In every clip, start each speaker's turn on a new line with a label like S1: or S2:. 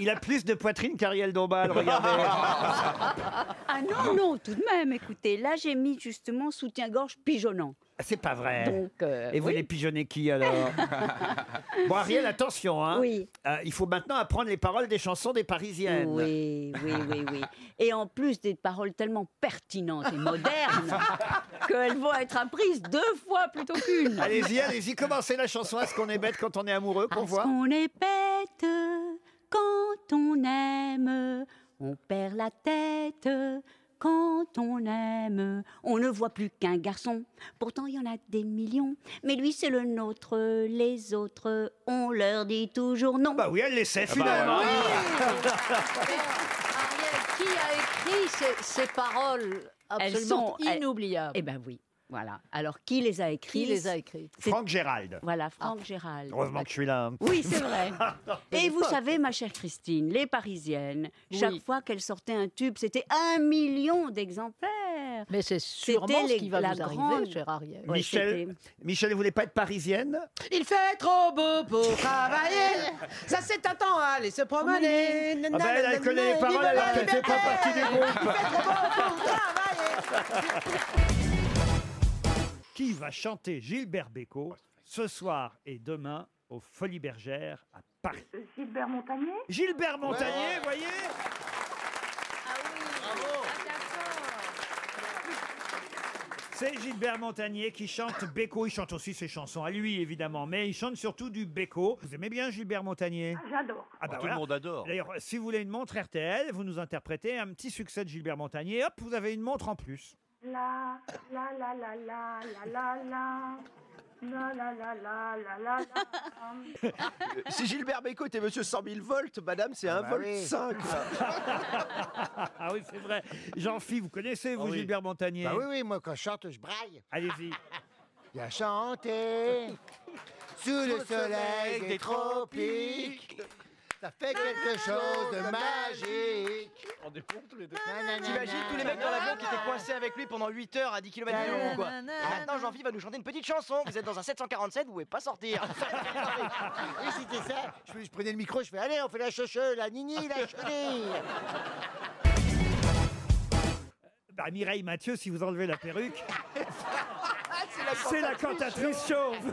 S1: Il a plus de poitrine qu'Ariel Dombal, regardez.
S2: Ah non, non, tout de même, écoutez, là j'ai mis justement soutien-gorge pigeonnant.
S1: C'est pas vrai.
S2: Donc, euh,
S1: Eh. Et vous
S2: oui.
S1: les pigeonnez qui alors Bon, Ariel, attention. Hein.
S2: Oui.
S1: Euh, il faut maintenant apprendre les paroles des chansons des Parisiennes.
S2: Oui, oui, oui, oui. Et en plus des paroles tellement pertinentes et modernes qu'elles vont être apprises deux fois plutôt qu'une.
S1: Allez-y, allez-y, commencez la chanson. Est-ce qu'on est bête quand on est amoureux qu'on
S2: Parce
S1: voit
S2: qu'on est bête quand on aime, on perd la tête quand on aime. On ne voit plus qu'un garçon, pourtant il y en a des millions. Mais lui c'est le nôtre, les autres, on leur dit toujours non.
S1: Bah oui, elle l'essaie
S3: bah,
S1: finalement.
S4: Ariel, qui a écrit ces, ces paroles
S2: Elles sont-
S4: absolument
S2: elles-
S4: inoubliables
S2: Eh ben oui, voilà. Alors qui les a écrites
S4: Qui les a Ah, écrites
S2: c'est-
S1: Franck Gérald.
S2: Voilà, Franck Gérald.
S1: Heureusement que je suis là. hein.
S2: Oui, c'est vrai. Et vous savez, ma chère Christine, les Parisiennes, chaque
S4: Oui.
S2: fois qu'elles sortaient un tube, c'était un million d'exemplaires.
S4: Mais c'est
S2: C'était
S4: sûrement ce
S2: les-
S4: qui va
S2: la
S4: vous
S2: grande-
S4: arriver, cher Ariel.
S2: Ouais,
S1: Michel, Michel, vous voulez pas être parisienne
S5: Il fait trop beau pour travailler. Ça, c'est un temps à aller se promener.
S1: Ah bah, elle, elle connaît les paroles alors qu'elle fait pas partie du groupe. Qui va chanter Gilbert Bécaud ce soir et demain aux Folies Bergères à Paris
S6: Gilbert Montagnier
S1: Gilbert Montagnier, voyez C'est Gilbert Montagnier qui chante Beko. Il chante aussi ses chansons à lui, évidemment, mais il chante surtout du Beko. Vous aimez bien Gilbert Montagnier
S6: J'adore.
S1: Ah bah
S3: Tout
S1: voilà.
S3: le monde adore.
S1: D'ailleurs, si vous voulez une montre RTL, vous nous interprétez un petit succès de Gilbert Montagnier. Hop, vous avez une montre en plus.
S6: La la la la la la la la la la la la la la la.
S7: Euh, Si Gilbert Bécaud était monsieur 100 000 volts, madame, c'est
S3: bah
S7: 1 volt 5.
S3: Ah.
S1: Ah oui, c'est vrai. jean phi vous connaissez, vous,
S3: Ah oui.
S1: Gilbert Montagnier
S8: Bah oui, oui, moi quand je chante, je braille.
S1: Allez-y.
S8: Il a chanté sous le soleil des tropiques. Ça fait quelque chose de magique.
S7: T'imagines tous les mecs dans l'avion qui étaient coincés avec lui pendant 8 heures à 10 km de long, quoi. Et maintenant, Jean-Philippe va nous chanter une petite chanson. Vous êtes dans un 747, vous pouvez pas sortir.
S8: Et c'était ça, je, je prenais le micro, je fais allez, on fait la cheche, la nini, la chenille.
S1: Bah, Mireille Mathieu, si vous enlevez la perruque. C'est la cantatrice chauve.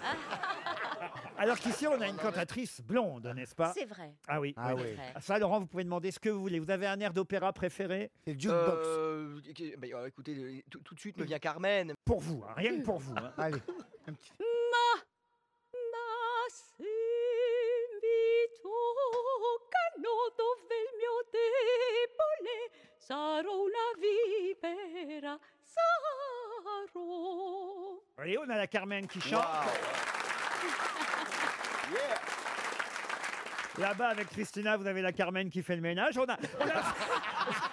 S1: Alors qu'ici, on a une cantatrice blonde, n'est-ce pas
S2: C'est vrai.
S1: Ah oui.
S8: Ah oui.
S2: vrai.
S1: Ah, Ça, Laurent, vous pouvez demander ce que vous voulez. Vous avez un air d'opéra préféré
S8: C'est le jukebox.
S7: Euh, ok, bah, euh, écoutez, euh, tout, tout de suite me vient Carmen.
S1: Pour vous, hein, rien que pour vous. hein.
S8: Allez.
S1: Vous voyez, on a la Carmen qui chante. Là-bas, avec Christina, vous avez la Carmen qui fait le ménage. On a, on a-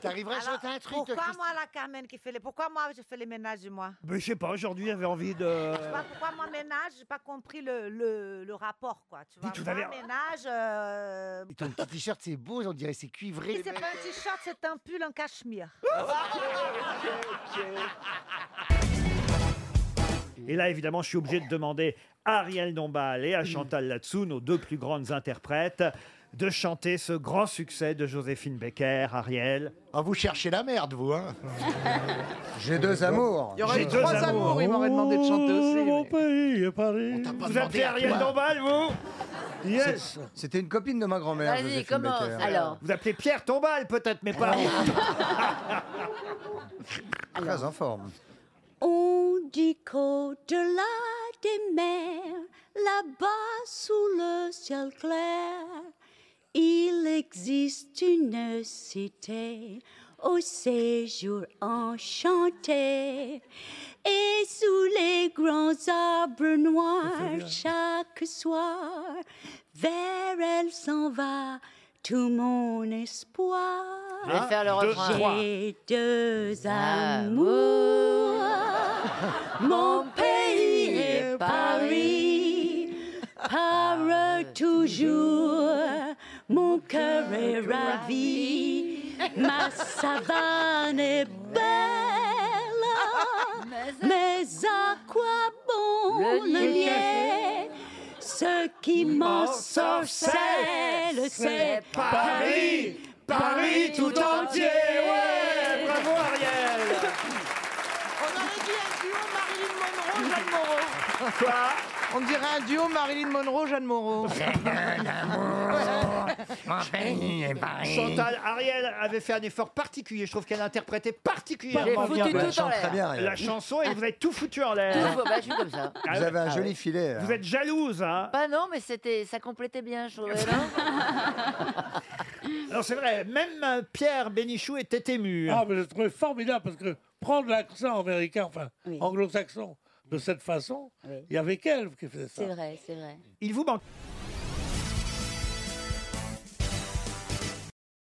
S8: T'arriveras à chanter un truc, toi,
S9: Pourquoi moi la Carmen qui fait les Pourquoi moi je fais les ménages moi
S1: Mais je sais pas, aujourd'hui, j'avais envie de...
S9: Tu vois, Pourquoi moi ménage J'ai pas compris le, le, le rapport quoi. Tu vois,
S1: Dis tout à
S9: moi
S1: l'heure.
S9: ménage. euh,
S8: Ton petit t-shirt, c'est beau, on dirait c'est cuivré.
S9: C'est pas un t-shirt, c'est un pull en cachemire.
S1: Et là, évidemment, je suis obligé de demander à Ariel Dombal et à Chantal Latsou, nos deux plus grandes interprètes, de chanter ce grand succès de Joséphine Becker, Ariel.
S8: Ah, vous cherchez la merde, vous, hein J'ai deux amours.
S3: Il y aurait
S1: J'ai
S3: eu
S1: deux
S3: trois
S1: amours.
S3: amours, Oh, il m'aurait demandé de chanter aussi. mais-
S1: pays est Paris.
S8: t'a pas
S1: Vous
S8: demandé
S1: appelez
S8: à
S1: Ariel
S8: toi.
S1: Dombal, vous Yes
S8: C'était une copine de ma grand-mère.
S4: Vas-y, commence. Alors,
S1: Vous appelez Pierre Tombal, peut-être, mais pas...
S8: Très en forme.
S2: On dit qu'au-delà des mers, là-bas sous le ciel clair, il existe une cité au séjour enchanté. Et sous les grands arbres noirs, chaque soir, vers elle s'en va tout mon espoir.
S4: je
S8: Hein
S4: vais faire le refrain.
S2: J'ai deux amours, mon
S4: Amours.
S2: pays et Paris. Parle toujours, mon cœur est ravi, ma savane est Ah, belle, mais à quoi bon le nier? Ce Ce qui m'ensorcelle, c'est Paris, Paris tout entier. Ouais, bravo Ariel.
S5: Quoi On dirait un duo Marilyn Monroe, Jeanne Moreau.
S1: Chantal Ariel avait fait un effort particulier. Je trouve qu'elle interprétait particulièrement
S8: J'ai
S1: bien,
S8: foutu
S1: la,
S8: tout en l'air. Très bien, Ariel.
S1: la chanson et vous êtes tout foutu en l'air.
S4: Tout, bah, je suis comme ça.
S1: Ah
S8: Vous
S1: ouais.
S8: avez un
S1: Ah
S8: joli
S1: ouais.
S8: filet.
S1: Vous êtes jalouse, hein
S4: Bah non, mais c'était, ça complétait bien, je trouvais, non
S1: Alors c'est vrai, même euh, Pierre Bénichou était ému.
S10: Ah, mais je trouvais formidable parce que prendre l'accent américain, enfin
S2: Oui.
S10: anglo-saxon, de cette façon,
S2: Oui.
S10: il y avait qu'elle qui faisait ça.
S2: C'est vrai, c'est vrai.
S1: Il vous manque